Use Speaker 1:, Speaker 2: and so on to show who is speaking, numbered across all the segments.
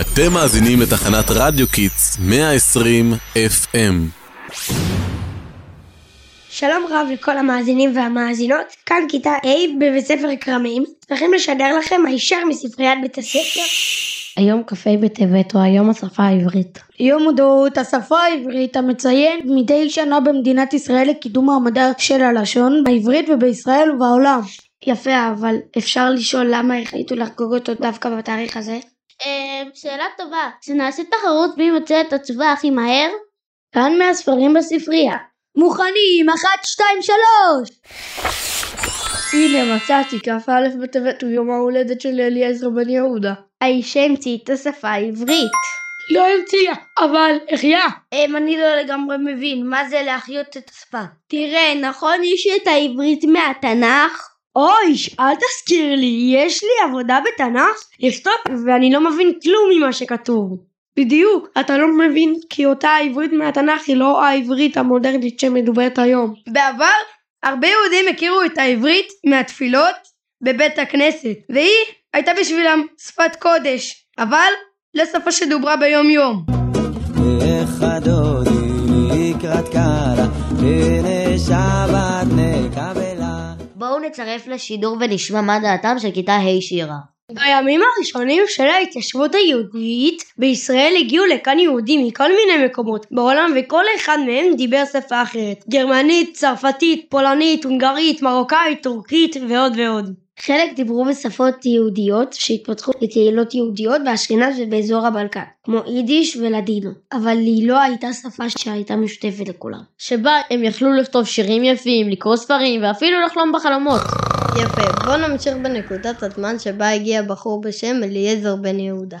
Speaker 1: אתם מאזינים לתחנת רדיו קיטס 120 FM.
Speaker 2: שלום רב לכל המאזינים והמאזינות, כאן כיתה A בבית ספר כרמים, צריכים לשדר לכם הישר מספריית בית הספר.
Speaker 3: היום כ"ה בטבת הוא היום השפה העברית.
Speaker 4: יום מודעות השפה העברית המציין מדי שנה במדינת ישראל לקידום מעמדה של הלשון העברית ובישראל ובעולם.
Speaker 3: יפה, אבל אפשר לשאול למה החליטו לחגוג אותו דווקא בתאריך הזה?
Speaker 5: אמ, שאלה טובה. שנעשה תחרות מי מוצא את התשובה הכי מהר?
Speaker 3: כאן מהספרים בספרייה.
Speaker 4: מוכנים, אחת, שתיים, שלוש!
Speaker 3: הנה מצאתי, כ"א בטבת הוא יום ההולדת של אליעזר בן יהודה.
Speaker 5: האישה המציא את השפה העברית.
Speaker 4: לא המציאה, אבל החייאה.
Speaker 5: אמ, אני לא לגמרי מבין, מה זה להחיות את השפה? תראה, נכון יש את העברית מהתנ"ך?
Speaker 4: אוי, אל תזכיר לי, יש לי עבודה בתנ"ך לכתוב ואני לא מבין כלום ממה שכתוב. בדיוק, אתה לא מבין כי אותה העברית מהתנ"ך היא לא העברית המודרנית שמדוברת היום. בעבר, הרבה יהודים הכירו את העברית מהתפילות בבית הכנסת, והיא הייתה בשבילם שפת קודש, אבל לא שפה שדוברה ביום יום.
Speaker 6: איך הדודי לקראת קלה, הנה שבת נקבלה.
Speaker 5: בואו נצרף לשידור ונשמע מה דעתם של כיתה ה' שירה.
Speaker 4: בימים הראשונים של ההתיישבות היהודית בישראל הגיעו לכאן יהודים מכל מיני מקומות בעולם וכל אחד מהם דיבר שפה אחרת גרמנית, צרפתית, פולנית, הונגרית, מרוקאית, טורקית ועוד ועוד.
Speaker 3: חלק דיברו בשפות יהודיות שהתפתחו בקהילות יהודיות באשכנז ובאזור הבלקן, כמו יידיש ולדינו, אבל היא לא הייתה שפה שהייתה משותפת לכולם.
Speaker 7: שבה הם יכלו לכתוב שירים יפים, לקרוא ספרים ואפילו לחלום בחלומות.
Speaker 3: יפה, בוא נמשיך בנקודת הזמן שבה הגיע בחור בשם אליעזר בן יהודה.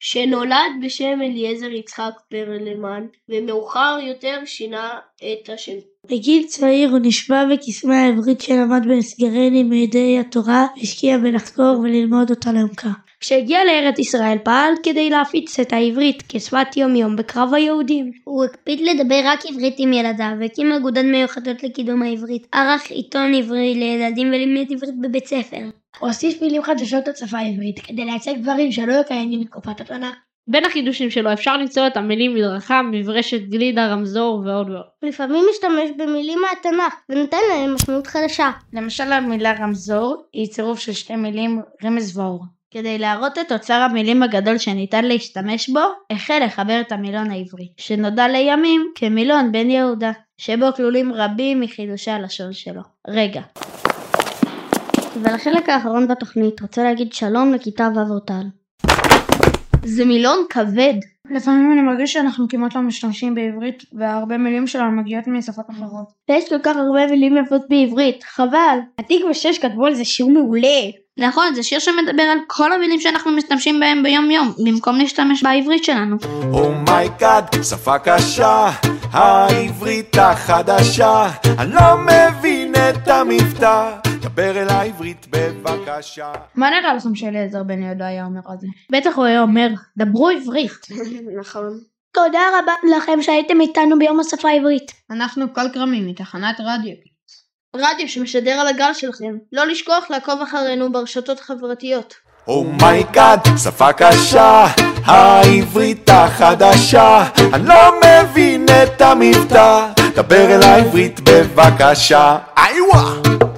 Speaker 8: שנולד בשם אליעזר יצחק פרלמן, ומאוחר יותר שינה את השם.
Speaker 4: בגיל צעיר הוא נשבע בקסמה העברית שלמד בהסגרי לימודי התורה והשקיע בלחקור וללמוד אותה לעומקה. כשהגיע לארץ ישראל פעל כדי להפיץ את העברית כשפת יומיום בקרב היהודים.
Speaker 5: הוא הקפיד לדבר רק עברית עם ילדיו, והקים אגודות מיוחדות לקידום העברית, ערך עיתון עברי לילדים ולימד עברית בבית ספר.
Speaker 4: הוסיף מילים חדשות לשפה העברית כדי לייצג דברים שלא קיימים בתקופת התנ"ך.
Speaker 7: בין החידושים שלו אפשר למצוא את המילים מדרכה, מברשת, גלידה, רמזור ועוד ועוד.
Speaker 5: לפעמים משתמש במילים מהתנ"ך, ונותן להם משמעות חדשה.
Speaker 3: למשל המילה רמזור היא צירוף של שתי מילים רמז ואור. כדי להראות את אוצר המילים הגדול שניתן להשתמש בו, החל לחבר את המילון העברי, שנודע לימים כמילון בן יהודה, שבו כלולים רבים מחידושי הלשון שלו. רגע.
Speaker 5: ולחלק האחרון בתוכנית רוצה להגיד שלום לכיתה ו' אורטל.
Speaker 7: זה מילון כבד.
Speaker 4: לפעמים אני מרגיש שאנחנו כמעט לא משתמשים בעברית, והרבה מילים שלנו מגיעות משפות אחרות.
Speaker 5: ויש כל כך הרבה מילים יפות בעברית, חבל.
Speaker 4: התקווה 6 כתבו על זה שיעור מעולה.
Speaker 7: נכון, זה שיר שמדבר על כל המילים שאנחנו משתמשים בהם ביום יום, במקום להשתמש בעברית שלנו.
Speaker 9: אומייגאד, Oh שפה קשה, העברית החדשה, אני לא מבין את המבטא, דבר אל העברית בבקשה.
Speaker 4: מה נראה לכם שאליעזר בן יהודה היה אומר על זה?
Speaker 7: בטח הוא היה אומר, דברו עברית.
Speaker 2: תודה רבה לכם שהייתם איתנו ביום השפה העברית.
Speaker 3: אנחנו כל כרמים מתחנת רדיו. רדיו שמשדר על הגל שלכם. לא לשכוח לעקוב אחרינו ברשתות החברתיות.
Speaker 9: אומייגאד, Oh שפה קשה, העברית החדשה, אני לא מבין את המבטא, דבר אל העברית בבקשה. איווה!